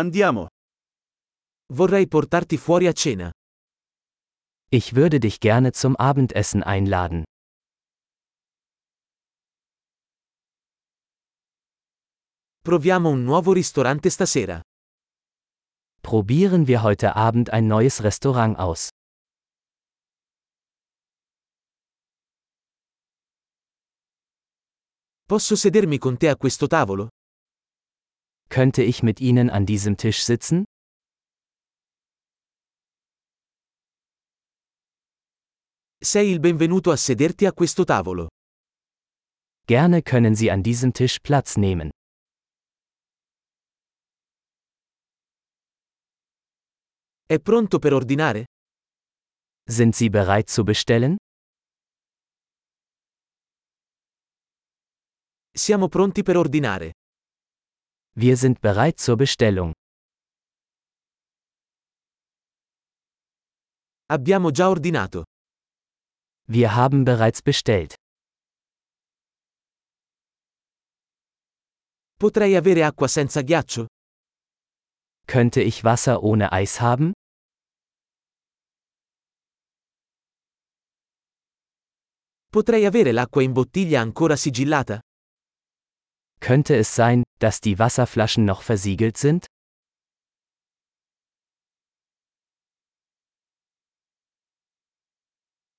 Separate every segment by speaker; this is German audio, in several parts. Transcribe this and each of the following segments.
Speaker 1: Andiamo. Vorrei portarti fuori a cena.
Speaker 2: Ich würde dich gerne zum Abendessen einladen.
Speaker 1: Proviamo un nuovo ristorante stasera.
Speaker 2: Probieren wir heute Abend ein neues Restaurant aus.
Speaker 1: Posso sedermi con te a questo tavolo?
Speaker 2: Könnte ich mit Ihnen an diesem Tisch sitzen?
Speaker 1: Sei il benvenuto a sederti a questo tavolo.
Speaker 2: Gerne können Sie an diesem Tisch Platz nehmen.
Speaker 1: È pronto per ordinare?
Speaker 2: Sind Sie bereit zu bestellen?
Speaker 1: Siamo pronti per ordinare.
Speaker 2: Wir sind bereit zur Bestellung.
Speaker 1: Abbiamo già ordinato.
Speaker 2: Wir haben bereits bestellt.
Speaker 1: Potrei avere acqua senza ghiaccio?
Speaker 2: Könnte ich Wasser ohne Eis haben?
Speaker 1: Potrei avere l'acqua in bottiglia ancora sigillata?
Speaker 2: Könnte es sein, dass die Wasserflaschen noch versiegelt sind?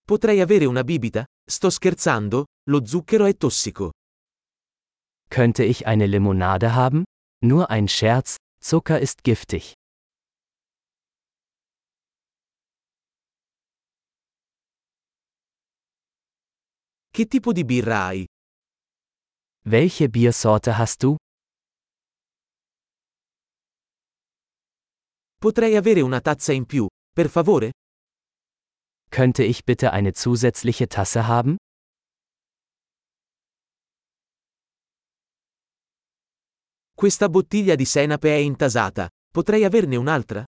Speaker 1: Potrei avere una bibita? Sto scherzando, lo zucchero è tossico.
Speaker 2: Könnte ich eine Limonade haben? Nur ein Scherz, Zucker ist giftig.
Speaker 1: Che tipo di birra hai?
Speaker 2: Welche Biersorte hast du?
Speaker 1: Potrei avere una tazza in più, per favore?
Speaker 2: Könnte ich bitte eine zusätzliche Tasse haben?
Speaker 1: Questa bottiglia di senape è intasata. Potrei averne un'altra?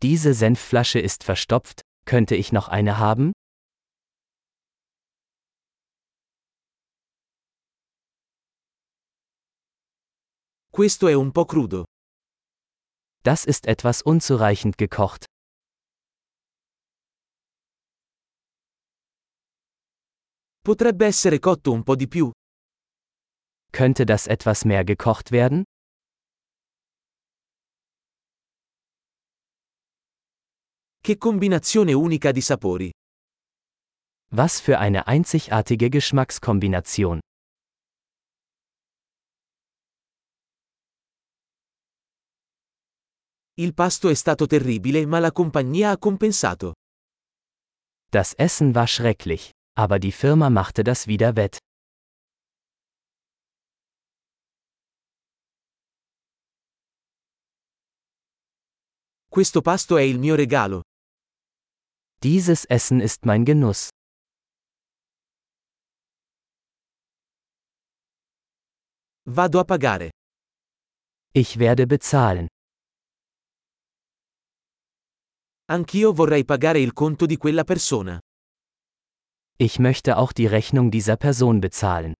Speaker 2: Diese Senfflasche ist verstopft, könnte ich noch eine haben?
Speaker 1: Questo è un po' crudo.
Speaker 2: Das ist etwas unzureichend gekocht.
Speaker 1: Potrebbe essere cotto un po' di più.
Speaker 2: Könnte das etwas mehr gekocht werden?
Speaker 1: Che combinazione unica di sapori.
Speaker 2: Was für eine einzigartige Geschmackskombination.
Speaker 1: Il pasto è stato terribile, ma la compagnia ha compensato.
Speaker 2: Das Essen war schrecklich, aber die Firma machte das wieder wett.
Speaker 1: Questo pasto è il mio regalo.
Speaker 2: Dieses Essen ist mein Genuss.
Speaker 1: Vado a pagare.
Speaker 2: Ich werde bezahlen.
Speaker 1: Anch'io vorrei pagare il conto di quella persona.
Speaker 2: Ich möchte auch die Rechnung dieser Person bezahlen.